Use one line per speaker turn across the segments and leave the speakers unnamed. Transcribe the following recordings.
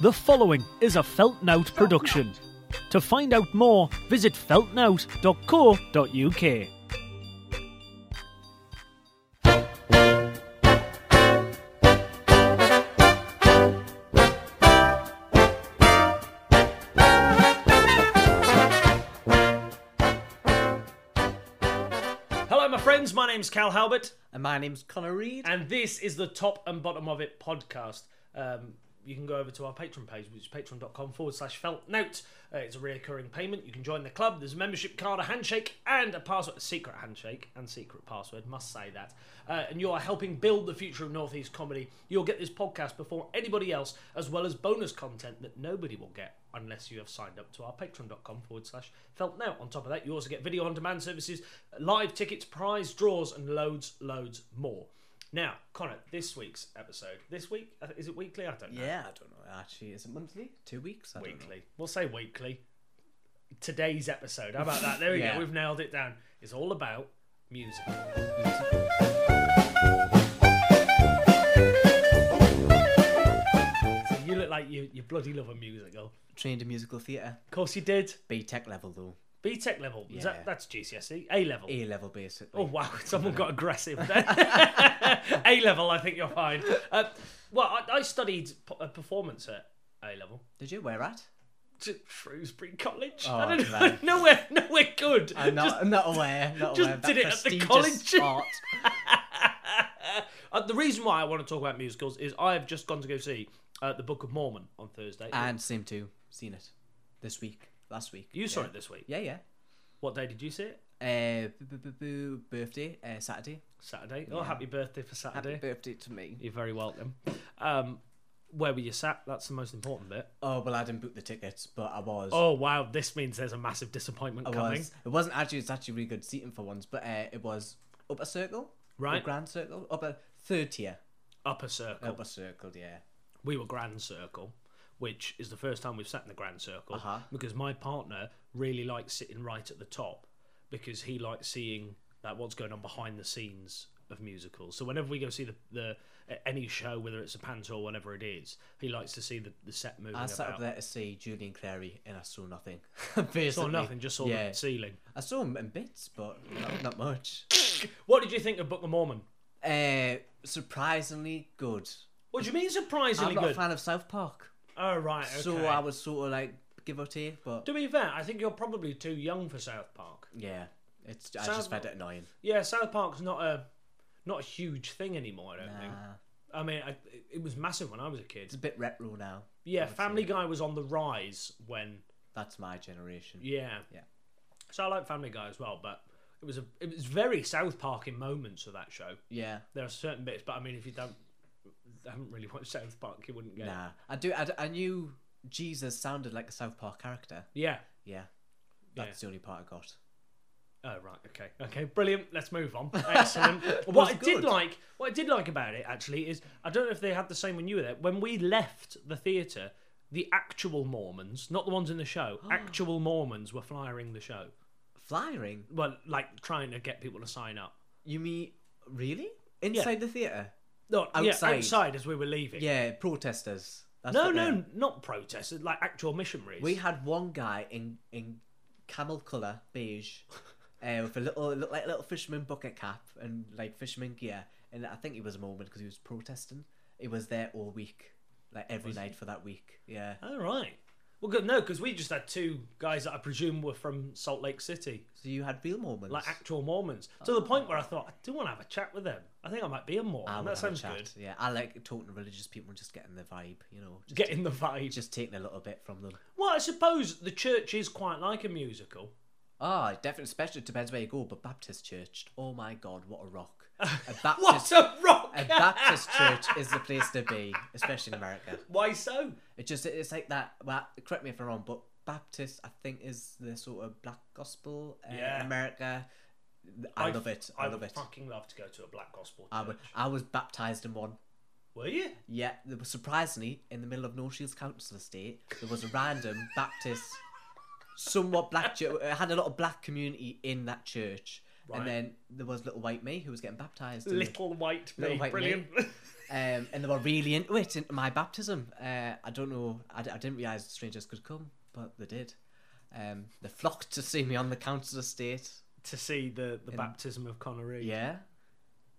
The following is a Feltnout production. To find out more, visit feltnout.co.uk. Hello, my friends. My name's Cal Halbert.
And my name's Connor Reed.
and this is the top and bottom of it podcast um, you can go over to our patreon page which is patreon.com forward slash feltnote uh, it's a recurring payment you can join the club there's a membership card a handshake and a password a secret handshake and secret password must say that uh, and you are helping build the future of northeast comedy you'll get this podcast before anybody else as well as bonus content that nobody will get unless you have signed up to our patreon.com forward slash felt now on top of that you also get video on demand services live tickets prize draws and loads loads more now, Connor, this week's episode. This week uh, is it weekly? I don't know.
yeah, I don't know. Actually, is it monthly? Two weeks? I Don't know.
Weekly. We'll say weekly. Today's episode. How about that? There we
Yeah.
go. We've nailed it down. It's all about music. So you look like you, you bloody love a musical.
Trained in musical theatre.
Of course you did.
B Tech level though.
B Tech level. Is
Yeah.
that, that's GCSE. E. A level.
A level basically.
Oh wow, someone got aggressive there. A level, I think you're fine. Uh, well, I, I studied p- uh, performance at A level.
Did you? Where at?
To Shrewsbury College.
Oh,
I don't
man.
know. Nowhere, nowhere good.
I'm not, I'm not aware. Not
just
aware of
did it
that
at the
prestigious
college.
art.
uh, the reason why I want to talk about musicals is I have just gone to go see uh, the Book of Mormon on Thursday.
and same too. Seen it this week. Last week.
you
yeah.
saw it this week.
Yeah, yeah.
What day did you see it?
Uh, b- b- b- b- birthday. Uh, Saturday.
Saturday. Oh, happy birthday for Saturday.
Happy birthday to me.
you're very welcome. Um, where were you sat? That's the most important bit.
Oh well, I didn't book the tickets, but I was.
Oh wow, this means there's a massive disappointment
I
coming.
was. It wasn't actually. It's actually really good seating for once, but uh, it was upper circle.
Right.
Or grand circle. Upper third tier.
Upper circle.
Upper circle. Yeah.
We were grand circle, which is the first time we've sat in the grand circle
Uh-huh.
because my partner really likes sitting right at the top because he likes seeing that what's going on behind the scenes of musicals. So whenever we go see the, the any show, whether it's a panto or whatever it is, he likes to see the, the set moving
I
about.
sat up there to see Julian Clary and I saw nothing. Basically.
Saw nothing, just saw
yeah.
the ceiling.
I saw him in bits, but not, not much.
What did you think of Book of Mormon?
Uh, surprisingly good.
What do you mean surprisingly
I'm not
good?
a fan of South Park,
Oh right, okay.
so I was sort of like give or take, but
To be fair, I think you're probably too young for South Park.
yeah, it's I
South-
just found it annoying.
Yeah, South Park's not a not a huge thing anymore. I don't think.
Nah,
I mean, I, it was massive when I was a
it's
kid.
a bit retro now.
Yeah, Family Guy was on the rise when.
That's my generation.
Yeah.
Yeah.
So I like Family Guy as well, but it was a it was very South Park in moments of that show.
Yeah,
There are certain bits, but I mean, if you don't haven't really watched South Park, you wouldn't get. it.
nah. I do. I, I knew Jesus sounded like a South Park character.
Yeah.
Yeah, that's the only part I got.
Oh right, okay, okay, brilliant. Let's move on. Excellent. what I
was
did
good.
like, what I did like about it actually is, I don't know if they had the same when you were there. When we left the theatre, the actual Mormons, not the ones in the show, actual Mormons were flyering the show.
Flyering?
Well, like trying to get people to sign up.
You mean really inside the theater?
No, outside.
Outside.
Yeah, outside as we were leaving.
Yeah, protesters. That's
No,
what they
no,
are.
not protesters, like actual missionaries.
We had one guy in in camel colour beige, uh, with a little looked like a little fisherman bucket cap and like fisherman gear, and I think he was a Mormon because he was protesting. He was there all week, like every night for that week. Yeah,
All right. Well, good. No, because we just had two guys that I presume were from Salt Lake City.
so you had real Mormons.
like actual Mormons. To the point where I thought, I do want to have a chat with them. I think I might be a Mormon.
I would
that
have a
sounds
chat.
good.
Yeah, I like talking to religious people and just getting the vibe. You know, just,
Getting the vibe.
just taking a little bit from them.
Well, I suppose the church is quite like a musical.
Ah, definitely, especially depends where you go. But Baptist church, oh my god, what a rock! A
What
Baptist,
a rock!
a Baptist church is the place to be, especially in America.
Why so?
It just it's like that. Well, correct me if I'm wrong, but Baptist I think is the sort of black gospel uh,
Yeah.
in America. I,
I'd-
love it. I,
I'd
love it.
fucking love to go to a black gospel church.
I, would, I was baptized in one.
Were you?
Yeah, there was, surprisingly, in the middle of No Shields Council Estate, there was a random Baptist, somewhat black church. It had a lot of black community in that church.
Right.
And then there was little white me who was getting baptized. in the-
Little white me.
Little white me.
Brilliant.
Um, and they were really into it, into my baptism. Uh, I don't know, I, d- I didn't realise strangers could come, but they did. Um, they flocked to see me on the council estate.
to see the, the baptism of Connery.
Yeah.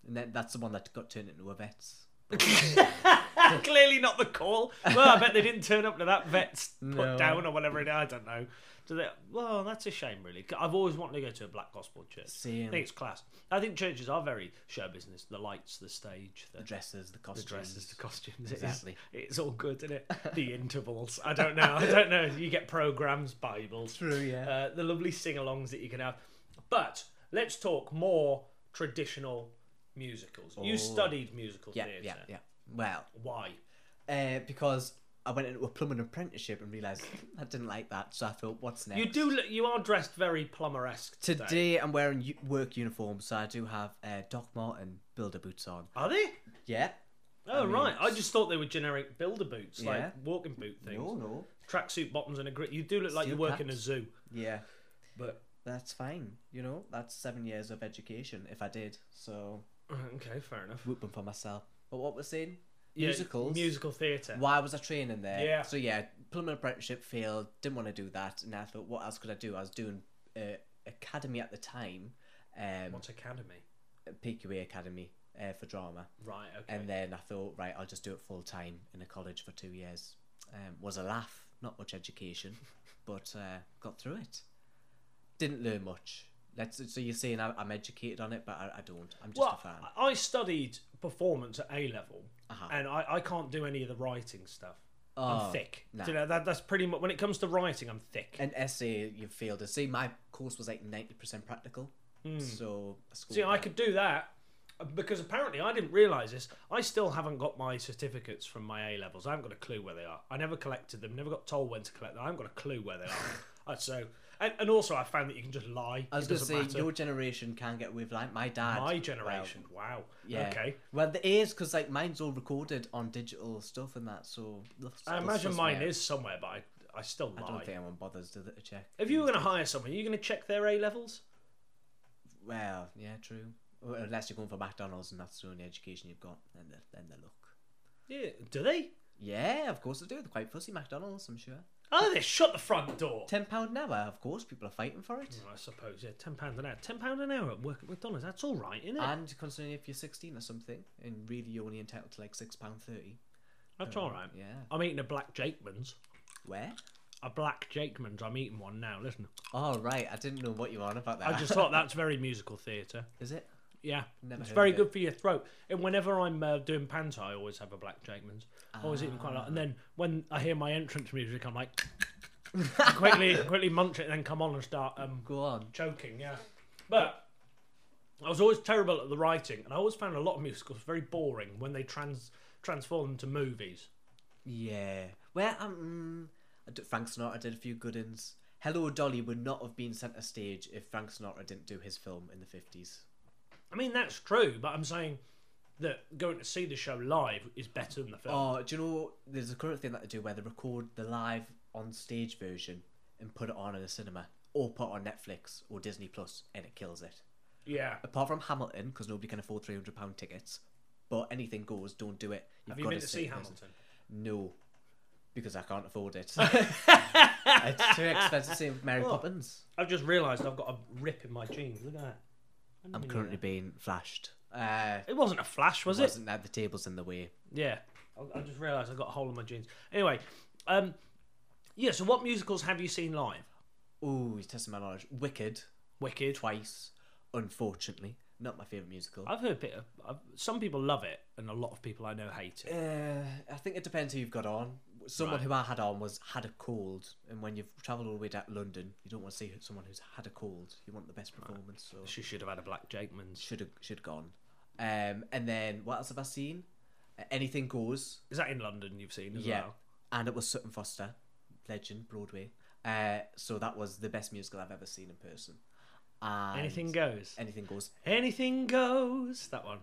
And then that's the one that got turned into a vet's.
Clearly not the call. Well, I bet they didn't turn up to that vet's put
No.
down or whatever it is. I don't know. Do they? Well, that's a shame, really. 'Cause I've always wanted to go to a black gospel church.
Same.
I think it's class. I think churches are very show business. The lights, the stage, the,
The dresses, the
the
costumes.
dresses, the costumes.
Exactly.
It is, it's all good, isn't it? The intervals. I don't know. I don't know. You get programs, Bibles,
True, yeah.
uh, the lovely sing-alongs that you can have. But let's talk more traditional musicals. You studied musical
Oh. yeah,
theatre.
yeah, yeah. Well,
Why?
uh, because I went into a plumbing apprenticeship and realised I didn't like that, so I thought, what's next?
You do. Look, you are dressed very plumber-esque today.
Today I'm wearing u- work uniform, so I do have uh, Doc Marten builder boots on.
Are they?
Yeah.
Oh
I mean,
right. I just thought they were generic builder boots,
Yeah.
like walking boot things,
No, no.
tracksuit bottoms, and a grip. You do look like you
Steel
work in a
caps.
zoo,
Yeah,
but
that's fine. You know, that's seven years of education if I did. So
uh, okay, fair enough.
whooping for myself. But what we're saying,
Yeah,
musicals.
musical theatre.
Why was I training there?
Yeah.
So yeah, plumbing apprenticeship failed. Didn't want to do that, and I thought, what else could I do? I was doing uh, academy at the time, um,
What's academy?
PQA academy uh, for drama.
Right. Okay.
And then I thought, right, I'll just do it full time in a college for two years. Um, was a laugh, not much education, but uh, got through it. Didn't learn much. Let's, so you're saying I, I'm educated on it, but I, I don't. I'm just
well,
a fan.
I I studied performance at A level,
Uh-huh.
and I, I can't do any of the writing stuff. I'm
Oh,
thick.
nah.
Do you know, that, that's pretty much when it comes to writing, I'm thick.
An essay you failed. See, my course was like ninety percent practical, so I
Hmm.
scored
See, I
that.
could do that uh, because apparently I didn't realise this. I still haven't got my certificates from my A levels. I haven't got a clue where they are. I never collected them. Never got told when to collect them. I haven't got a clue where they are. Uh, so, and, and also I found that you can just lie.
I was
it
going to
doesn't
say
matter.
your generation can get away with like my dad.
my
well,
generation. wow.
yeah.
Okay.
Well, the is because like mine's all recorded on digital stuff and that. So that's-
I
that's-
imagine
that's
mine
where-
is somewhere, but I, I still
I
lie.
don't think anyone bothers to to check.
If you were going to hire someone, are you going to check their A levels?
Well, yeah, true. Well, Unless you're going for McDonald's and that's the only education you've got, then they then they look.
Yeah. Do they?
Yeah, of course they do. They're quite fussy McDonald's, I'm sure.
Oh, they shut the front door.
Ten pound an hour, of course. People are fighting for it.
I suppose, yeah, ten pounds an hour. Ten pound an hour at work at McDonald's. That's all right, isn't it?
And considering if you're 16 or something, and really you're only entitled to like six pound thirty.
That's all right.
Yeah.
I'm eating a black Jakeman's.
Where?
A black Jakeman's. I'm eating one now. Listen,
Oh right, I didn't know what you were on about that.
I just thought that's very musical theatre.
Is it?
Yeah,
Never
it's
heard
very
of it.
good for your throat. And whenever I'm uh, doing panta, I always have a black Jakeman's. I always eat them quite a lot. And then when I hear my entrance music, I'm like, quickly, quickly munch it, and then come on and start um,
Go on.
choking. Yeah, but I was always terrible at the writing, and I always found a lot of musicals very boring when they trans transform them to movies.
Yeah. Well, um, mm, I d- Frank Sinatra did a few good ins. Hello Dolly would not have been centre stage if Frank Sinatra didn't do his film in the 50s.
I mean, that's true, but I'm saying that going to see the show live is better than the film.
Oh, do you know there's a current thing that they do where they record the live on stage version and put it on in a cinema or put on Netflix or Disney Plus and it kills it.
yeah.
Apart from Hamilton, because nobody can afford three hundred pound tickets, but anything goes. Don't do it. You've
Have you been to
sit
see
in person.
Hamilton?
No, because I can't afford it. it's too expensive to see Mary Poppins.
I've just realised I've got a rip in my jeans. Look at that.
I'm currently being flashed. Uh,
It wasn't a flash, was it?
wasn't that the table's in the way?
Yeah. I, I just realised I got a hole in my jeans. Anyway, um, yeah. So, what musicals have you seen live?
Ooh, he's testing my knowledge. Wicked
Wicked.
twice, unfortunately. Not my favorite musical.
I've heard a bit of, I've, some people love it, and a lot of people I know hate it.
Uh, I think it depends who you've got on. Someone
Right.
who I had on was had a cold, and when you've travelled all the way down to London, you don't want to see someone who's had a cold. You want the best performance, so
She should have had a Black Jakeman's.
should have should have gone. Um, and then what else have I seen? Uh, Anything goes.
Is that in London? You've seen as
Yeah,
well.
and it was Sutton Foster, legend Broadway. Uh, so that was the best musical I've ever seen in person. And
Anything goes.
Anything goes.
Anything goes. That one.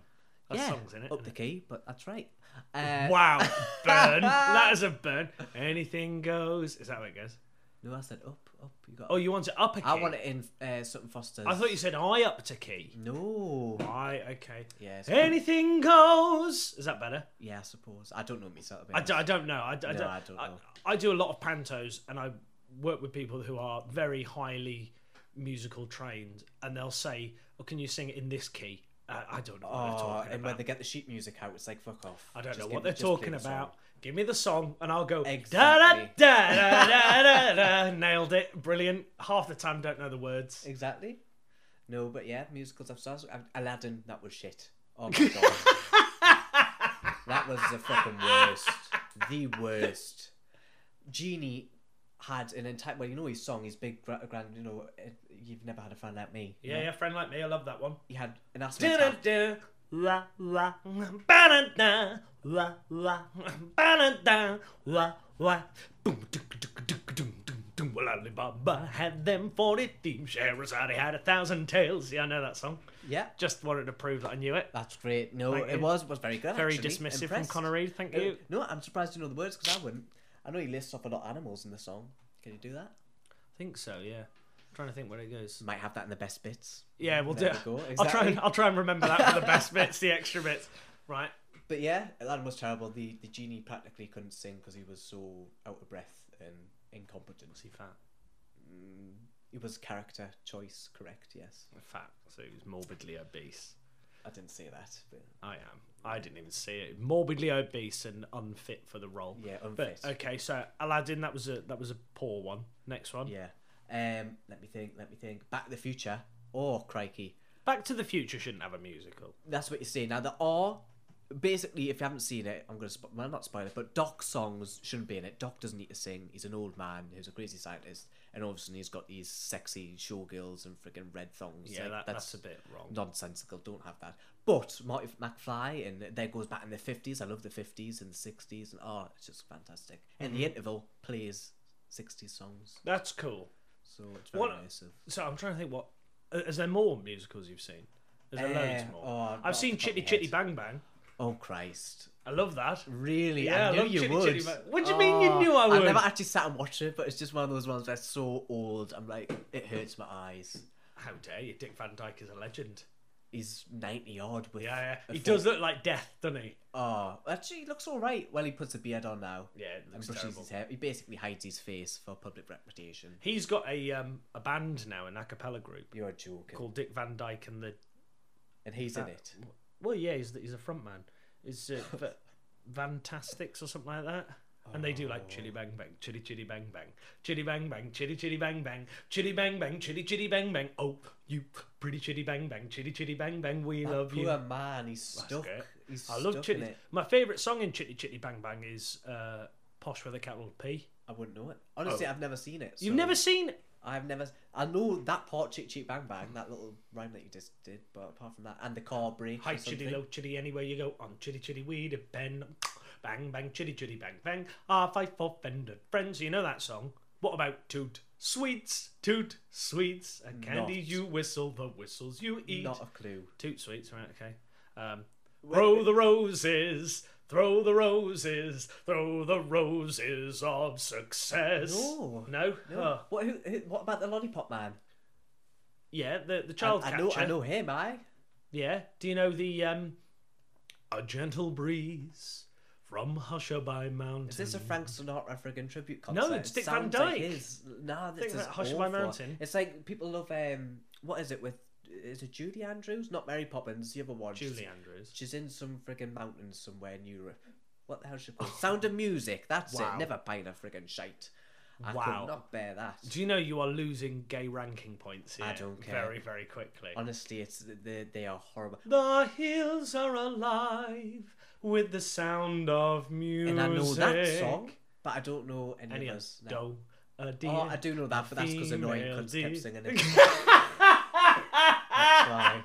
That
yeah,
song's in it.
up the key, but that's right. Uh,
Wow, burn. that is a burn. Anything goes. Is that how it goes?
No, I said up, up. You got.
Oh, you want it up a key?
I want it in uh, Sutton Foster's.
I thought you said I up to key.
No.
Right, okay.
Yes.
Anything goes. Is that better?
Yeah, I suppose. I don't know myself.
I, d- I don't know. I, d- I
No,
don't,
I don't know.
I, do a lot of pantos, and I work with people who are very highly musical trained, and they'll say, "Oh, can you sing it in this key?" I, I don't know what they're
Oh,
talking
and
about.
when they get the sheet music out, it's like fuck off.
I don't
Just
know
give
what
me-
they're
just play
talking
the song.
about. Give me the song, and I'll go
Exactly.
da da da da da da. Nailed it. Brilliant. Half the time, don't know the words.
Exactly. No, but yeah, musicals I've saw. Aladdin, that was shit. Oh my god. that was the fucking worst. The worst. Genie had an entire. Well, you know his song, his big gra- grand. You know, uh, you've never had a friend like me.
Yeah, yeah. Friend like me, I love that one.
He had an aspect. of-
Do-do-do, la, la, ba-da-da, la, la, ba-da-da, la, la. Boom, do-do-do-do-do-do-do. Well, Alibaba had them 40 thieves. Sherazade had a thousand tails. Yeah, I know that song.
Yeah,
Just wanted to prove that I knew it.
that's great. No,
Thank
it
you.
was was very good.
Very
actually.
dismissive
Impressed.
from Connery. Thank
No,
you.
No, I'm surprised you know the words because I wouldn't. I know he lists off a lot of animals in the song. Can you do that?
I think so, yeah. I'm trying to think where it goes.
Might have that in the best bits.
Yeah, we'll
There
do.
we go,
I'll try
exactly.
and I'll try and remember that for the best bits, the extra bits. Right.
But yeah, Aladdin was terrible. The the genie practically couldn't sing because he was so out of breath and incompetent.
Was he fat?
It was character choice correct. Yes,
Fat. So he was morbidly obese.
I didn't say that. But
I am. I didn't even see it. Morbidly obese and unfit for the role.
yeah, unfit.
But okay, so Aladdin, that was a that was a poor one. Next one.
Yeah. Um. Let me think. Let me think. Back to the Future. Oh crikey,
Back to the Future shouldn't have a musical.
that's what you're saying. Now there are basically, if you haven't seen it, I'm gonna spo- well not spoil it, but Doc's songs shouldn't be in it. Doc doesn't need to sing. He's an old man who's a crazy scientist, and all of a sudden he's got these sexy showgirls and freaking red thongs.
Yeah, that,
Like,
that's, a bit wrong.
nonsensical. Don't have that. But Marty McFly and there goes back in the fifties. I love the fifties and the sixties and oh, it's just fantastic. And
Mm-hmm.
the interval plays sixties songs,
That's cool.
so it's very
What-
immersive.
So I'm trying to think what is there more musicals you've seen? Is there loads
Eh,
more?
oh, I've got
I've seen
off the top of
Chitty
my
Chitty
head.
Bang Bang.
Oh Christ!
I love that.
Really?
Yeah, I
I knew
love
you
Chitty
would. Oh,
Chitty Bang- What do you mean you knew I would?
I've never actually sat and watched it, but it's just one of those ones that's so old. I'm like, it hurts my eyes.
How dare you? Dick Van Dyke is a legend.
He's ninety odd with.
Yeah, yeah.
a
He
full-
does look like death, doesn't he?
Oh, actually, he looks all right. Well, he puts a beard on now.
Yeah, it
and
looks
brushes
terrible.
his hair. He basically hides his face for public reputation.
He's got a um, a band now, an a cappella group
You're joking.
called Dick Van Dyke and the.
And he's in
that-
it.
Well, yeah, he's the, he's a front man. Is uh, Va- Vantastics or something like that. And they do like chitty bang bang, chitty chitty bang bang, chitty bang bang, chitty chitty bang bang, chitty bang bang, chitty chitty bang bang. Oh, you pretty chitty bang bang, chitty chitty bang bang. We love
Poor
you.
man, he's stuck.
great.
He's
I love
stuck
chitty.
in it.
My favourite song in Chitty Chitty Bang Bang is uh, Posh with a capital P.
I wouldn't know it. Honestly, I've never seen it.
Oh. You've
so
never seen
I've never. I know that part, Chit Chit Bang Bang, that little rhyme that you just did, but apart from that, and the car break.
High chitty, low chitty, anywhere you go. On chitty chitty, weed a pen. Bang bang, chitty chitty, bang bang. Ah, Our fight for fended friends. You know that song. What about toot sweets? Toot sweets. And candies
Not.
you whistle, the whistles you eat.
Not a clue.
Toot sweets, right? Okay. Um, row the roses. Throw the roses, throw the roses of success.
No.
no,
No.
Oh.
What, who, who, what about the lollipop man?
yeah, the the
I,
child
I
catcher.
know, I know him. I.
Yeah. Do you know the um A Gentle Breeze from Hushaby Mountain?
Is this a Frank Sinatra friggin' tribute concert?
Mm. No, it's
It
Dick Van
sounds like
Dyke.
his. Nah, this
Think
is
about Hush by
awful.
Mountain.
It's like people love um, what is it with? Is it Judy Andrews? Not Mary Poppins. The other one. She's-
Julie Andrews.
She's in some friggin' mountains somewhere in Europe. What the hell's she called? Sound of Music. That's
Wow.
it. Never paying a friggin' shite. I
Wow.
could not bear that.
Do you know you are losing gay ranking points here?
I don't care.
Very, very quickly.
Honestly, it's they, they are horrible.
The hills are alive with the sound of music.
And I know that song, but I don't know any,
Any
of
other?
us.
Do, a deer.
Oh, I do know that, but that's because annoying
female
cunts kept
deer.
singing it. that's why.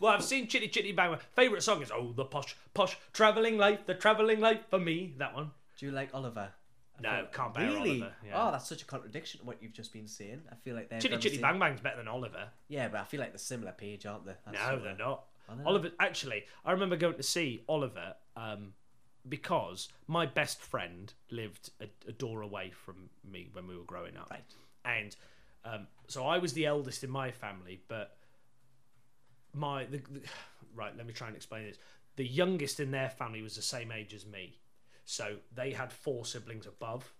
well, I've seen Chitty Chitty Bang. Bang. Favorite song is Oh, the posh, posh, traveling life, the traveling life for me. That one.
Do you like Oliver? I
No,
feel-
can't bear
really?
Oliver, yeah.
Oh, that's such a contradiction to what you've just been saying. I feel like they're
Chitty
very
Chitty
sim-
Bang Bang's better than Oliver.
Yeah, but I feel like they're similar page, aren't they? That's
No,
what
they're
I-
not.
I don't know.
Oliver, actually, I remember going to see Oliver um, because my best friend lived a, a door away from me when we were growing up.
Right.
And um, so I was the eldest in my family, but my the, the, right. Let me try and explain this. The youngest in their family was the same age as me, so they had four siblings above.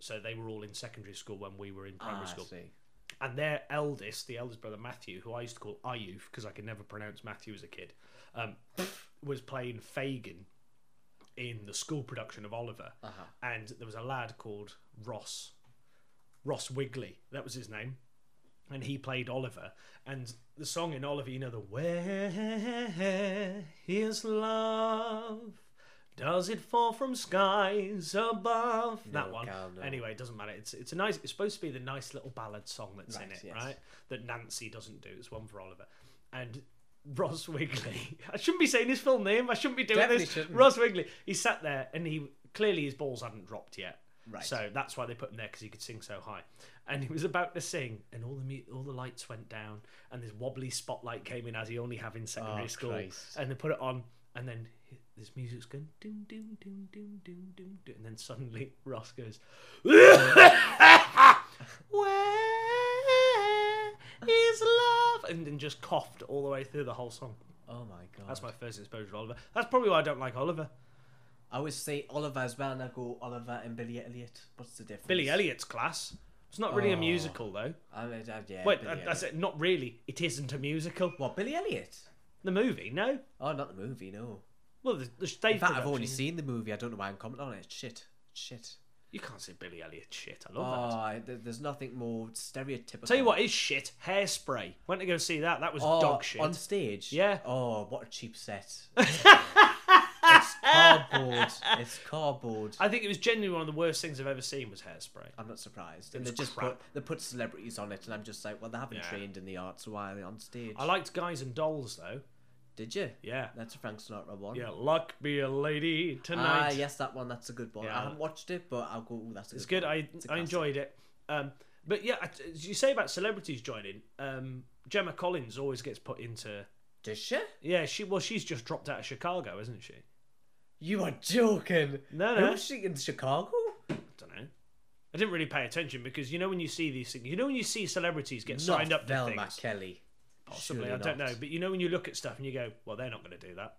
So they were all in secondary school when we were in primary
Ah, I
school
see.
and their eldest, the eldest brother Matthew, who I used to call Ayuf because I could never pronounce Matthew as a kid, um, was playing Fagin in the school production of Oliver.
Uh-huh.
And there was a lad called Ross, Ross Wigley, that was his name, and he played Oliver. And the song in Oliver, you know, the Where is love? Does it fall from skies above? that
No,
one.
Cal, no.
Anyway, it doesn't matter. It's it's a nice. It's supposed to be the nice little ballad song that's in
Right,
it,
yes.
right? That Nancy doesn't do. It's one for Oliver, and Ross Wigley. I shouldn't be saying his full name. I shouldn't be doing
Definitely
this.
shouldn't.
Ross Wigley. He sat there, and he clearly his balls hadn't dropped yet.
Right.
So that's why they put him there because he could sing so high. And he was about to sing, and all the mu- all the lights went down, and this wobbly spotlight came in as he only have in secondary
Oh,
school,
Christ.
and they put it on, and then h- this music's going doom doom doom doom doom doom, doom and then suddenly Ross goes, "Where is love?" and then just coughed all the way through the whole song.
Oh my god.
That's my first exposure to Oliver. That's probably why I don't like Oliver.
I always say Oliver as well, and I go Oliver and Billy Elliot. What's the difference?
Billy Elliot's class. It's not really a
Oh.
musical though.
I mean, uh, yeah,
Wait,
Billy
that, that's
Elliot.
it. Not really. It isn't a musical.
What Billy Elliot?
The movie, no.
Oh, not the movie. No.
Well, the, the stage
In fact, I've
production-
only seen the movie. I don't know why I'm commenting on it. Shit. Shit.
You can't say Billy Elliot shit. I
Oh,
love that.
I- there- there's nothing more stereotypical.
Tell you what is shit. Hairspray. Went to go see that. That was
Oh,
dog shit.
on stage.
Yeah.
Oh, what a cheap set. it's cardboard. It's cardboard.
I think it was genuinely one of the worst things I've ever seen was Hairspray.
I'm not surprised.
It
And they
was
just
crap.
put they put celebrities on it, and I'm just like, well, they haven't
Yeah.
trained in the arts, why are they on stage?
I liked Guys and Dolls though.
Did you?
Yeah.
That's a Frank Sinatra one.
Yeah. Luck be a lady tonight.
Ah, yes, that one. That's a good one.
Yeah.
I haven't watched it, but I'll go. Ooh, that's a
It's
good.
good. I
It's
I
a classic.
enjoyed it. Um, but yeah, I- as you say about celebrities joining. Um, Gemma Collins always gets put into.
Did she?
Yeah, she well, she's just dropped out of Chicago, isn't she?
You are joking.
No,
Who
no.
was she in Chicago?
don't know. I didn't really pay attention because you know when you see these things, you know when you see celebrities get signed
Not
up to
Velma
things,
Kelly.
possibly
Surely
I don't
not.
know, but you know when you look at stuff and you go, well, they're not going to do that,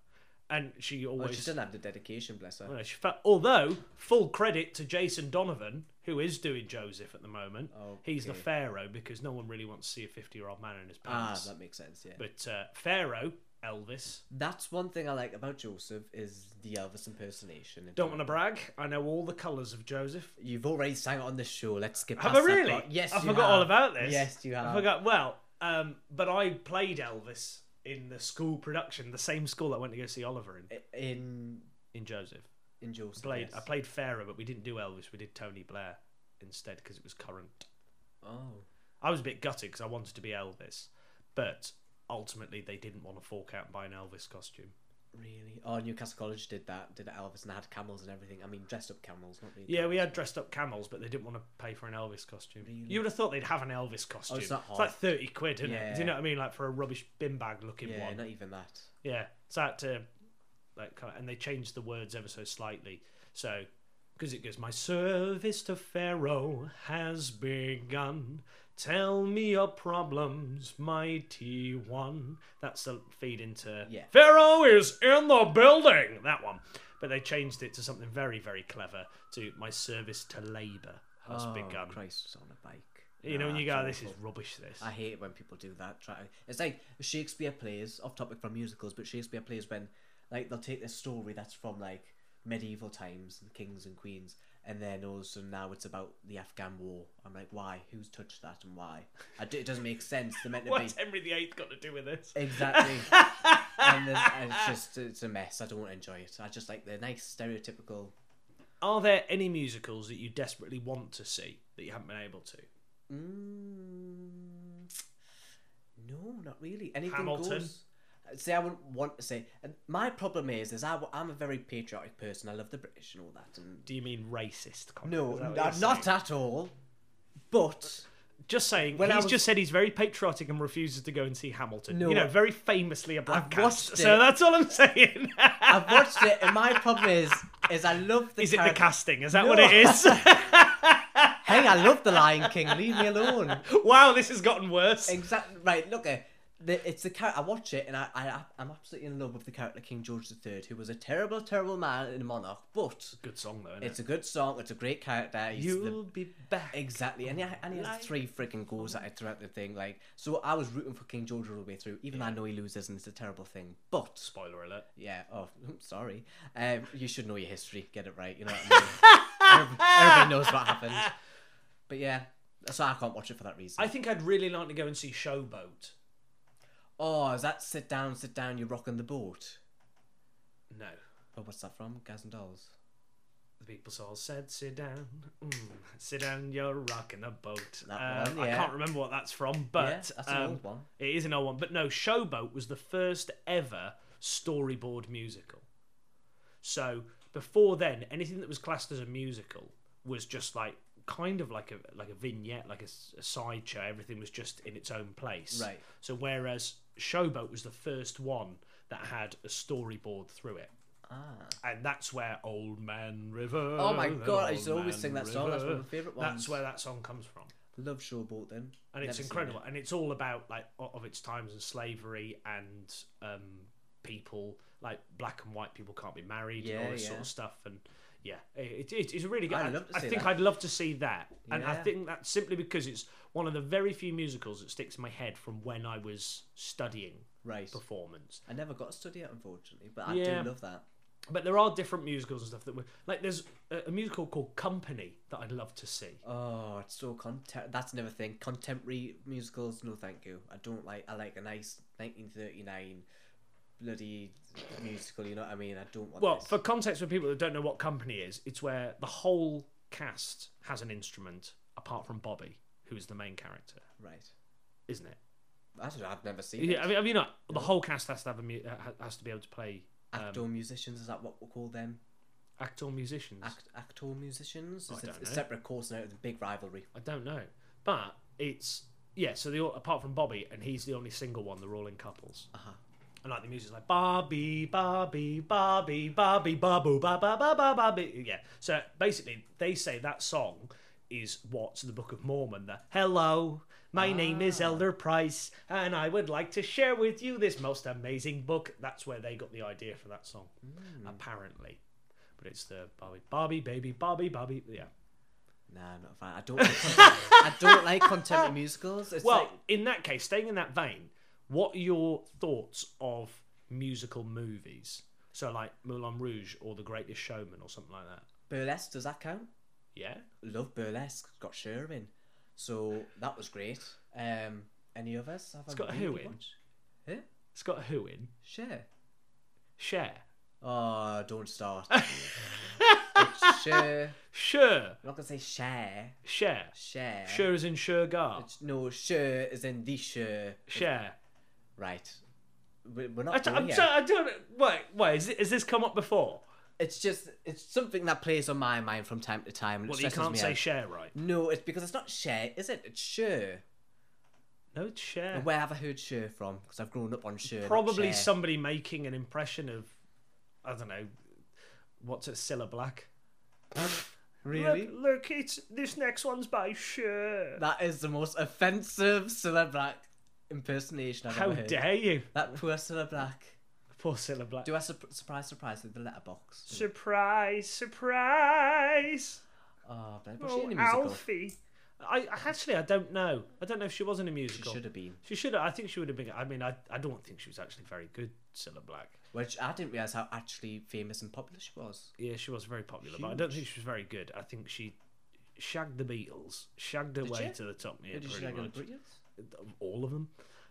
and she
Well,
always.
she doesn't have the dedication, bless her.
I don't know, she felt, although full credit to Jason Donovan, who is doing Joseph at the moment, he's the
Okay.
pharaoh because no one really wants to see a fifty-year-old man in his
Ah,
pants.
that makes sense. Yeah.
but uh, pharaoh Elvis,
That's one thing I like about Joseph is the Elvis impersonation.
don't want to brag. I know all the colours of Joseph.
You've already sang it on the show. Let's skip.
Have I
past that
really?
part. Yes,
I
you
forgot
have.
all about this.
Yes, you have.
I forgot. Well, um, but I played Elvis in the school production, the same school I went to go see Oliver in.
In
In Joseph,
in Joseph.
played I
yes.
played Pharaoh, but we didn't do Elvis. We did Tony Blair instead because it was current.
Oh.
I was a bit gutted because I wanted to be Elvis, but ultimately they didn't want to fork out and buy an Elvis costume.
Really? Oh, Newcastle College did that. Did Elvis and had camels and everything. I mean, dressed up camels, not really.
Yeah, we had dressed up camels, but they didn't want to pay for an Elvis costume.
Really? Oh,
You would have thought they'd have an Elvis costume.
that
it's like
hard.
thirty quid, isn't it? Do
Yeah.
you know what I mean? Like for a rubbish bin bag looking
Yeah,
one.
not even that.
Yeah, so that to like kind of, and they changed the words ever so slightly. So because it goes, my service to Pharaoh has begun. Tell me your problems, mighty one. That's the feed into
Yeah.
Pharaoh is in the building. That one, but they changed it to something very, very clever. To my service to labour has
oh,
begun.
Christ it's on a bike.
You know,
Nah,
and you
it's
go, this is
awful.
rubbish. This.
I hate it when people do that. Try it's like Shakespeare plays off topic from musicals, but Shakespeare plays when like they'll take this story that's from like medieval times and kings and queens, and then all of a sudden now it's about the Afghan war. I'm like, why? Who's touched that and why? I do, it doesn't make sense. They're meant to be
What's Henry VIII got to do with this?
exactly. and, there's- and it's just it's a mess. I don't enjoy it. I just like the nice stereotypical.
Are there any musicals that you desperately want to see that you haven't been able to?
Mm, no, not really. Anything
Hamilton.
goes. See, I wouldn't want to say. And my problem is, is I, am a very patriotic person. I love the British and all that. And
Do you mean racist? Colin?
no,
Is that what
not,
you're
not
saying?
at all. But
Just saying.
When I
he's
was-
just said he's very patriotic and refuses to go and see Hamilton.
No,
you know,
I-
very famously a black
I've
cast.
watched
So
it.
that's all I'm saying.
I've watched it, and my problem is, is I love the
Is it the
character-
casting? Is that
No.
what it is?
Hey, I love the Lion King. Leave me alone.
wow, this has gotten worse.
Exactly right. Look, uh, the, it's the character. I watch it, and I, I, I'm absolutely in love with the character King George III, who was a terrible, terrible man and a monarch. But
Good song though. Isn't
it's a good song. It's a great character.
it?
He's the-
You'll be back.
exactly, and he, and he
Lion
has three freaking goals at it throughout the thing. Like, so I was rooting for King George all the way through, even though I know he loses, and it's a terrible thing. But
Spoiler alert.
yeah. Oh, sorry. Um, you should know your history. Get it right. You know what I mean? Everybody- Everybody knows what happened. But yeah, so I can't watch it for that reason.
I think I'd really like to go and see Showboat.
Oh, is that sit down, sit down? You're rocking the boat.
No,
Oh, what's that from? Guys and Dolls.
the people's all said, "Sit down, mm, sit down, you're rocking a boat."
That
Um,
one,
I
yeah.
can't remember what that's from,
Yeah,
but
that's an
um,
old one.
it is an old one. But no, Showboat was the first ever storyboard musical. So before then, anything that was classed as a musical was just like kind of like a like a vignette, like a, s- a sideshow. Everything was just in its own place.
Right.
So whereas Showboat was the first one that had a storyboard through it.
Ah.
and that's where Old Man River.
Oh my
and
god, I
Old
used to always
Man
sing that song. That's one of my
River.
favourite ones.
That's where that song comes from,
Love Showboat then.
and it's
Never seen
incredible.
it.
And it's all about like o- of its times and slavery and um, people like black and white people can't be married and all
Yeah,
this
yeah.
sort of stuff. And yeah, it, it, it's really good.
I'd
I,
love to
I
see
think
that.
I'd love to see that, and I
Yeah.
think that's simply because it's one of the very few musicals that sticks in my head from when I was studying
Right.
performance.
I never got to study it unfortunately, but I
Yeah.
do love that.
But there are different musicals and stuff that were like. There's a, a musical called Company that I'd love to see.
Oh, it's so contem- that's another thing. Contemporary musicals, no thank you. I don't like I like a nice nineteen thirty nine bloody musical, you know what I mean? I don't want
Well,
this.
for context for people that don't know what Company is, it's where the whole cast has an instrument apart from Bobby, who is the main character,
Right.
isn't it?
I don't know, I've never seen
Yeah,
it.
I mean, I mean, not the whole cast has to have a mu- uh, ha- has to be able to play
Actor
um,
musicians, is that what we call them?
actor musicians.
Act, actor musicians? It's
I
a,
don't
a
know.
separate course now, it's a big rivalry.
I don't know, but it's yeah. So they all apart from Bobby, and he's the only single one. They're all in couples.
Uh-huh.
And like the music's like Bobby, Bobby, Bobby, Bobby, Babu, ba ba ba ba Bobby. Yeah. So basically, they say that song is what's the Book of Mormon. The hello, my name is Elder Price, and I would like to share with you this most amazing book. That's where they got the idea for that song, apparently. But it's the Bobby, Bobby, baby, Bobby, Bobby. Yeah.
Nah, I'm not a fan. I don't. Like I don't like contemporary musicals. It's
Well,
like
in that case, staying in that vein, what are your thoughts of musical movies? So like Moulin Rouge or The Greatest Showman or something like that.
burlesque. Does that count?
Yeah.
Love burlesque. It's got Cher in, so that was great. Um, any of us? Have it's
got who in?
Huh?
It's got who in?
Cher.
Cher.
Oh, don't start. it's Cher.
Sure.
I'm not gonna say Cher.
Cher.
Cher.
Sure as in Shergar.
It's- No, Cher is in the Cher.
Cher.
Right. We- We're
I
not.
t-
going
I'm
yet.
so, I don't. Wait, wait. Is, it, has this come up before?
It's just it's something that plays on my mind from time to time. and it
Well, you
stresses
can't
me
say
out.
Cher, right?
No, it's because it's not Cher, is it? It's Cher.
No, it's Cher.
Where have I heard Cher from? Because I've grown up on Cher. not
Probably
Cher.
somebody making an impression of, I don't know, what's it, Cilla Black.
Really?
Look, look, it's this next one's by Cher.
That is the most offensive Cilla Black impersonation I've
How
ever heard.
dare you?
That poor Cilla Black.
Poor Cilla Black.
Do I sur- surprise, surprise with the letterbox?
surprise, surprise.
Oh, but was she
Oh,
in a musical?
Alfie. I, I actually I don't know. I don't know if she was in a
She
musical.
should have been.
She should have. I think she would have been. I mean, I, I don't think she was actually very good, Cilla Black.
Which I didn't realize how actually famous and popular she was.
Yeah, she was very popular, but I don't think she was very good. I think she shagged the Beatles, shagged her way
she?
to the top. Yeah,
Did she
pretty
like
much.
the Britons?
All of them.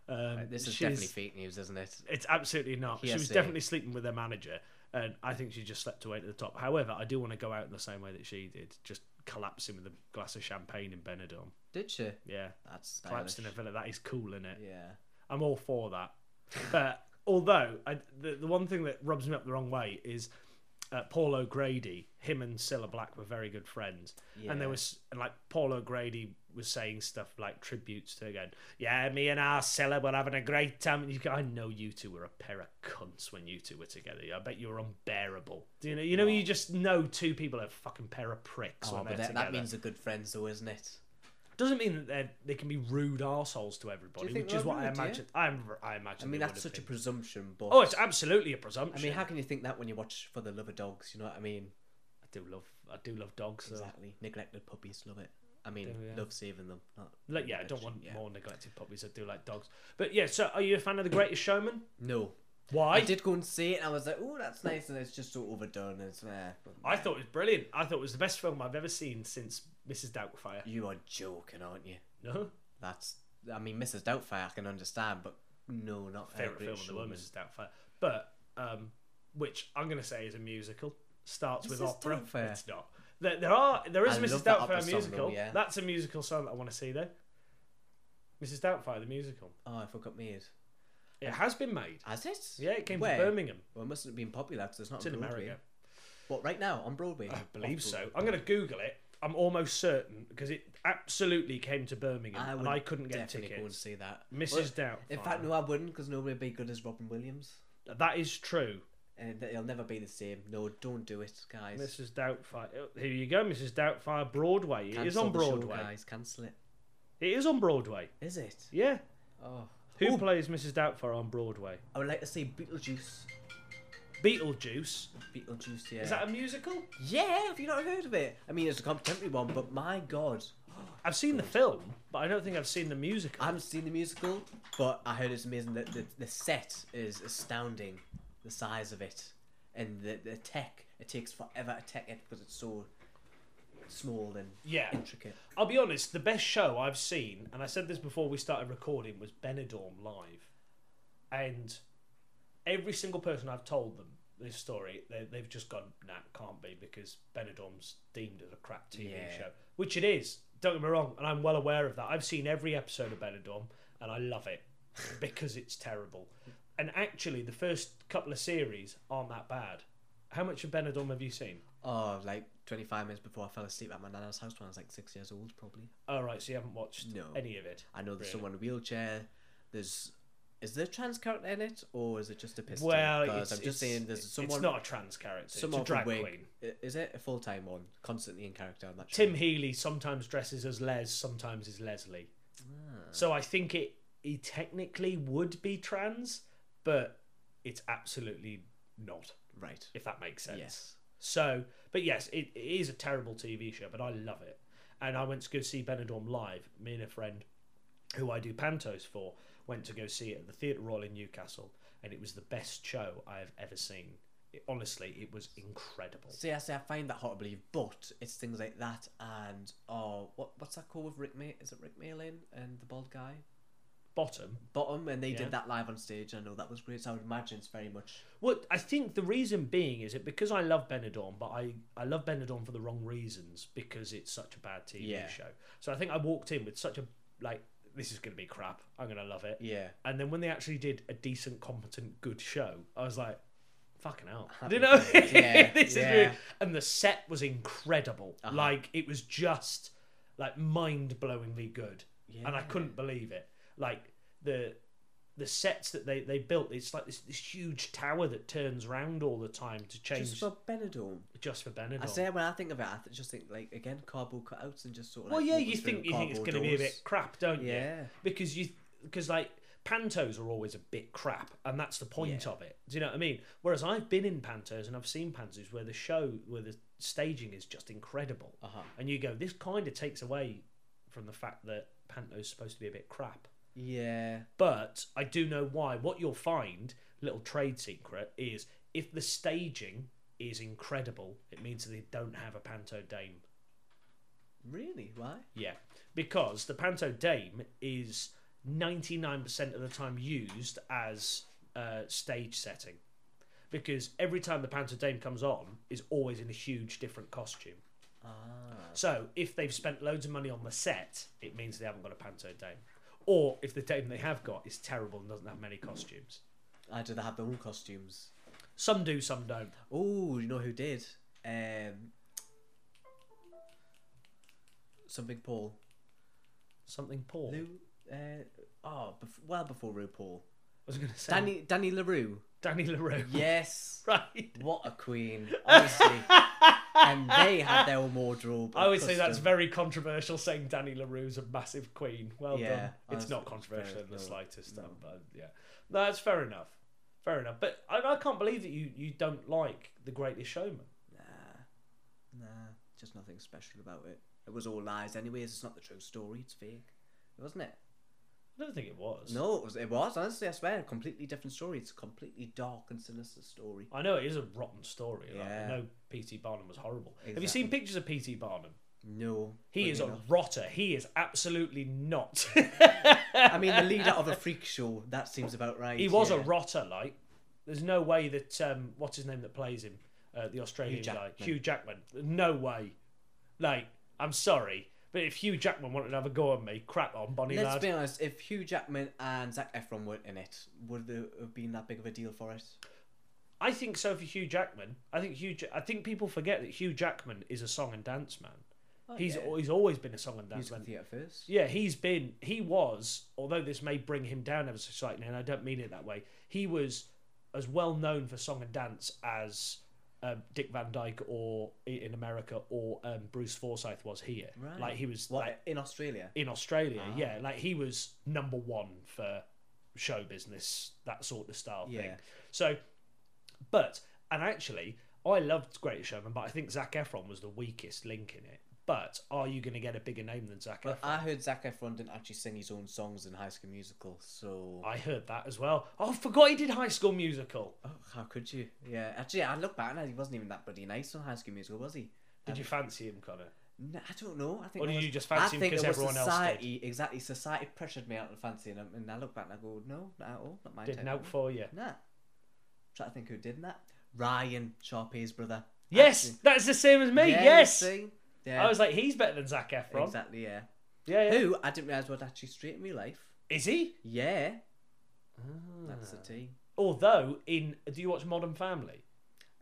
Um,
This is
she's-
definitely fake news, isn't it?
It's absolutely not. She was
PSA.
definitely sleeping with their manager, and I think she just slept away to the top. However, I do want to go out in the same way that she did, just collapsing with a glass of champagne in Benidorm.
Did she?
Yeah,
That's stylish.
collapsed in a villa. That is cool, isn't it?
Yeah.
I'm all for that. But although I, the the one thing that rubs me up the wrong way is uh, Paul O'Grady, him and Cilla Black were very good friends, and
Yeah.
there was and like Paul O'Grady was saying stuff like tributes to again, yeah, me and our Cilla were having a great time. And you go, I know you two were a pair of cunts when you two were together. I bet you were unbearable. Do you know? You know, you just know two people are a fucking pair of pricks
Oh,
when
but
they're
that,
together.
that means they're good friends, though, isn't it?
Doesn't mean that they're- they can be rude assholes to everybody,
think
which is
they
what I
would, do you?
imagine. I, I
I
imagine.
mean,
they
that's
would have
such a
been.
presumption, but
Oh, it's absolutely a
I
presumption.
mean, how can you think that when you watch For the Love of Dogs? You know what I mean?
I do love, I do love dogs. though.
Exactly. Neglected puppies love it. I mean,
Do, yeah.
love saving them. Not
Like, yeah, I don't
neglection,
want
yeah.
more neglected puppies. I do like dogs. But yeah, so are you a fan of The Greatest Showman?
No,
Why?
I
I,
did go and see it, and I was like, "Oh, that's nice," and it's just so overdone. It's uh,
thought it was brilliant. I thought it was the best film I've ever seen since Mrs. Doubtfire.
you are joking, aren't you?
No,
That's. I mean, Mrs. Doubtfire, I can understand, but no, not her
favorite
Great
film in the world,
Showman.
Mrs. Doubtfire. But um, which I'm going to say is a musical. Starts with
Mrs.
opera.
Doubtfire.
It's not. There, there are there is
I
a Mrs.
love that opera
Doubtfire
song,
musical.
though, yeah.
That's a musical song that I want to see though. Mrs. Doubtfire the musical.
Oh, I forgot me. it.
It has been made.
Has it?
Yeah, it came
Where?
to Birmingham.
Well, it mustn't have been popular because it's not
It's
on
in
Broadway.
America.
What right now on Broadway?
I believe so. I'm going to Google it. I'm almost certain because it absolutely came to Birmingham
I would
and I couldn't get
Definitely go and
tickets.
see that.
Mrs.
Well,
Doubtfire.
In fact, no, I wouldn't because nobody would be good as Robin Williams.
That is true.
And it'll never be the same. No, don't do it, guys.
Mrs. Doubtfire. oh, Here you go, Mrs. Doubtfire. Broadway. It is
Cancel
on
the show,
Broadway.
guys. Cancel it.
It is on Broadway.
Is it?
Yeah.
Oh,
Who
Ooh,
plays Mrs. Doubtfire on Broadway?
I would like to see Beetlejuice.
Beetlejuice.
Beetlejuice, yeah.
Is that a musical?
Yeah, have you not heard of it? I mean, it's a contemporary one, but my god,
I've seen the film, but I don't think I've seen the musical.
I haven't seen the musical, but I heard it's amazing. That the, the set is astounding, the size of it, and the, the tech. It takes forever to tech it because it's so small and
Yeah.
intricate.
I'll be honest, the best show I've seen, and I said this before we started recording, was Benidorm Live. And every single person I've told them this story, they, they've just gone, nah, can't be, because Benidorm's deemed as a crap TV
Yeah.
show. Which it is, don't get me wrong, and I'm well aware of that. I've seen every episode of Benidorm, and I love it because it's terrible. And actually, the first couple of series aren't that bad. How much of Benidorm have you seen?
Oh, like 25 minutes before I fell asleep at my nana's house when I was like six years old, probably.
All Oh, right, so you haven't watched
No.
any of it.
I know there's
Really?
someone in a wheelchair. There's. Is there a trans character in it, or is it just a pistol?
Well, it's,
Because I'm just
it's-
saying there's someone.
It's not a trans character.
someone
it's a drag
from Wig-
queen.
i- Is it a full time one? Constantly in character on that show?
Tim Healy sometimes dresses as Les, sometimes as Leslie. So I think it he technically would be trans, but it's absolutely not.
Right.
If that makes sense.
Yes.
So, but yes, it, it is a terrible TV show, but I love it. And I went to go see Benidorm live. Me and a friend, who I do pantos for, went to go see it at the Theatre Royal in Newcastle, and it was the best show I have ever seen. It, honestly, it was incredible.
See, I say I find that hard to believe, but it's things like that and oh, what what's that called with Rick May? Is it Rick Malin and the bald guy
Bottom.
Bottom? And they
Yeah.
did that live on stage. I know that was great. So I would imagine it's very much
Well, I think the reason being is it because I love Benidorm, but I, I love Benidorm for the wrong reasons because it's such a bad TV
Yeah.
show. So I think I walked in with such a like this is going to be crap. I'm going to love it.
yeah.
And then when they actually did a decent, competent, good show, I was like, fucking hell. you know?
days, yeah,
this
yeah.
is
Uh-huh.
really... And the set was incredible. Like, it was just, like, mind-blowingly good. And I couldn't believe it. Like, the the sets that they, they built, it's like this, this huge tower that turns round all the time to change
Just
just for,
for Benidorm.
Benidorm.
I say when I think of it, I th- just think like again cardboard cutouts and just sort of.
Well,
like,
yeah,
walking
you
through
think you think it's
cardboard
going to be a
doors.
bit crap, don't
Yeah.
you? Because you because like pantos are always a bit crap, and that's the point
Yeah.
of it. Do you know what I mean? Whereas I've been in pantos and I've seen pantos where the show where the staging is just incredible,
Uh-huh.
and you go, this kind of takes away from the fact that pantos is supposed to be a bit crap.
Yeah.
But I do know why. What you'll find, little trade secret, is if the staging is incredible, it means that they don't have a panto dame.
Really? Why?
Yeah, because the Panto Dame is 99% of the time used as uh, stage setting. Because every time the Panto Dame comes on, is always in a huge different costume.
Ah.
So if they've spent loads of money on the set, it means they haven't got a Panto Dame. Or if the dame they have got is terrible and doesn't have many costumes.
I do they have their own costumes?
Some do, some don't.
Oh, you know who did? Um, something Paul.
Something poor.
Lou. Uh, oh, bef- well before RuPaul.
I was going to say
Danny Danny Larue.
Danny LaRue.
Yes.
Right.
What a queen, honestly. and they had their own wardrobe.
I would say that's
custom.
very controversial saying Danny LaRue's a massive queen. Well
Yeah,
done. It's
honestly,
not
it's
controversial
very-
in the
no,
slightest,
no.
um, but yeah. No, that's fair enough. Fair enough. But I, I can't believe that you, you don't like The Greatest Showman.
Nah, nah, just nothing special about it. It was all lies, anyways. It's not the true story. It's fake, wasn't it?
I don't think it was.
No, it was. It was honestly. I swear, a completely different story. It's a completely dark and sinister story.
I know it is a rotten story. Like, I
Yeah.
know P.T. Barnum was horrible. Have you seen pictures of P.T. Barnum?
No,
He
funny
is a
enough.
rotter. He is absolutely not.
I mean, the leader of a freak show. That seems about right.
he was
yeah.
a rotter. Like, there's no way that um, what's his name that plays him, uh, the Australian guy,
Jackman.
Hugh Jackman. No way. Like, I'm sorry, but if Hugh Jackman wanted to have a go on me, crap on Bonnie
Let's
lad.
be honest. If Hugh Jackman and Zac Efron were in it, would there have been that big of a deal for it?
I think so for Hugh Jackman. I think Hugh. Ja- I think people forget that Hugh Jackman is a song and dance man. he's
yeah.
al he's always been a song and dance
Musical
man.
theatre first.
Yeah, he's been he was, although this may bring him down ever so slightly, and I don't mean it that way. He was as well known for song and dance as um, Dick Van Dyke or in America or um, Bruce Forsyth was here.
Right.
Like he was
What Ah.
like
in Australia?
in Australia. Yeah, like he was number one for show business, that sort of style thing.
Yeah.
So, but and actually, I loved Great Showman, but I think Zach Efron was the weakest link in it. But are you going to get a bigger name than Zach
But
Efron?
I heard Zac Efron didn't actually sing his own songs in High School Musical, so
I heard that as well. Oh, I forgot he did High School Musical.
oh, how could you? Yeah, actually, I look back and he wasn't even that bloody nice on High School Musical, was he?
Did you fancy him, Connor?
No, I don't know. I think
Or
it
did
was-
you just fancy
I
him
think
'cause
it was
everyone else did?
society, Exactly, society pressured me out of fancying him, and I look back and I go, no, not at all, not my
Did
type.
Nout for you?
Nah. Trying to think who did that. Ryan Sharpay's brother.
Yes,
Actually-
that's the same as me.
Yeah, you
yes,
see? Yeah.
I was like, he's better than Zach Efron.
exactly. Yeah.
Yeah, yeah.
Who I didn't realize was actually straight in real life.
Is he?
Yeah.
Ah.
That's the tea.
Although, in do you watch Modern Family?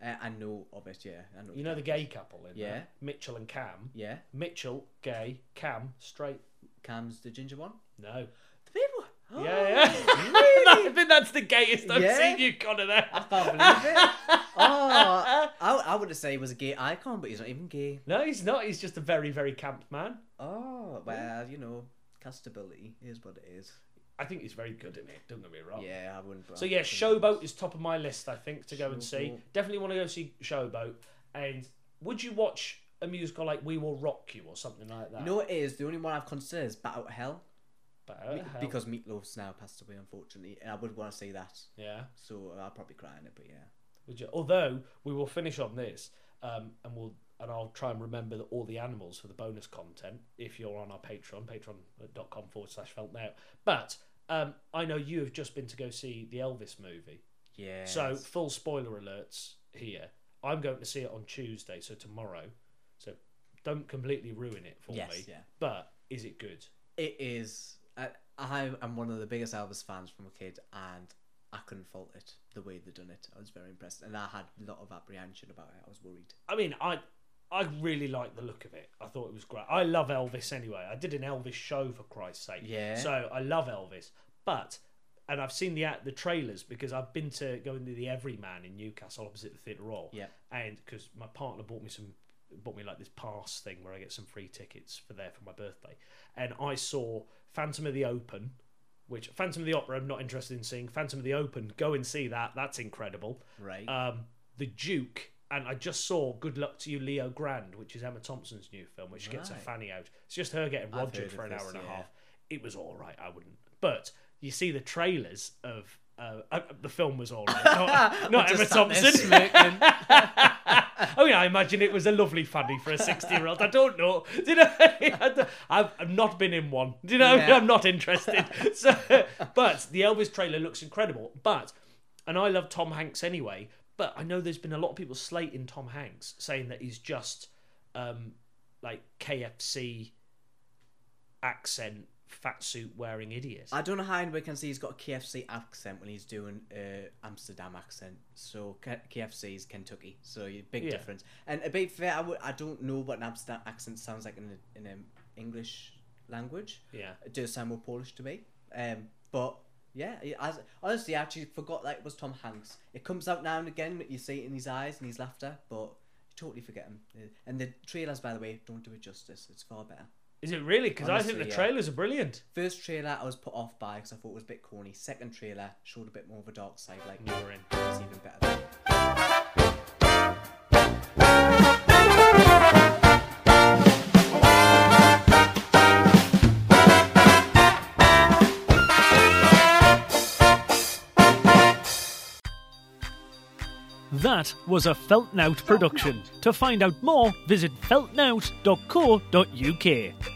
Uh, I know of it. Yeah. I know.
You know the gay couple in
Yeah.
there, Mitchell and Cam.
Yeah.
Mitchell, gay, Cam, straight.
Cam's the ginger one.
No.
The people. Oh,
Yeah, yeah. I think that's the gayest I've
Yeah.
seen you, Connor. There.
I can't believe it. Oh, I, I would say he was a gay icon, but he's not even gay.
No, he's not. He's just a very, very camp man.
Oh, well, you know, castability is what it is.
I think he's very good in it. Don't get me wrong.
Yeah, I wouldn't.
Oh. So yeah, Showboat is top of my list, I think, to go and see.
Showboat.
Definitely want to go see Showboat. And would you watch a musical like We Will Rock You or something like that?
You know what it is? The only one I've considered is Bat Out of Hell.
But, oh, hell.
Because Meatloaf's now passed away, unfortunately, and I would want to say that.
yeah,
So I'll probably cry in it, but yeah.
would you? Although we will finish on this, um, and we'll and I'll try and remember the, all the animals for the bonus content if you're on our Patreon, patreon.com forward slash felt now. But um, I know you have just been to go see the Elvis movie.
Yeah.
So full spoiler alerts here. I'm going to see it on Tuesday, so tomorrow. So don't completely ruin it for
yes,
me.
yeah,
But is it good?
it is. I, I am one of the biggest Elvis fans from a kid, and I couldn't fault it. The way they done it, I was very impressed, and I had a lot of apprehension about it. I was worried.
I mean, I I really like the look of it. I thought it was great. I love Elvis anyway. I did an Elvis show for Christ's sake.
Yeah.
So I love Elvis, but and I've seen the the trailers because I've been to going to the Everyman in Newcastle opposite the Theatre Royal.
Yeah.
And because my partner bought me some bought me like this pass thing where I get some free tickets for there for my birthday, and I saw Phantom of the Open. Which Phantom of the Opera, I'm not interested in seeing. Phantom of the Open, go and see that. That's incredible
Right.
um, The Duke, and I just saw Good Luck to You, Leo Grand, which is Emma Thompson's new film, where she gets her
Right.
fanny out. It's just her getting rogered
heard
for
of
an hour
this,
and a
yeah.
half. It was all right. I wouldn't. But you see the trailers of. Uh, uh, the film was all right. Not, not Emma
Just sat there
Thompson.
smirking.
I mean, I imagine it was a lovely fanny for a 60 year old. I don't know. Do you know? I don't- I've, I've not been in one. Do you know? what I mean?
Yeah.
I'm not interested. So, but the Elvis trailer looks incredible. But, and I love Tom Hanks anyway, but I know there's been a lot of people slating Tom Hanks, saying that he's just um, like KFC accent fat suit wearing idiot.
I don't know how anyone can see he's got a KFC accent when he's doing uh, Amsterdam accent. So K- KFC is Kentucky, so you- big
Yeah.
difference. And a bit fair, I would I don't know what an Amsterdam accent sounds like in a, in um English language.
yeah.
It does sound more Polish to me. Um, but yeah, he- as, honestly, I actually forgot that it was Tom Hanks. It comes out now and again. You see it in his eyes and his laughter, but you totally forget him. Uh, And the trailers, by the way, don't do it justice. It's far better.
Is it really? Because I think
Honestly,
the
yeah.
trailers are brilliant.
First trailer I was put off by because I thought it was a bit corny. Second trailer showed a bit more of a dark side, like
You're in.
it's even better.
That was a Feltnout production. To find out more, visit feltnout.co.uk.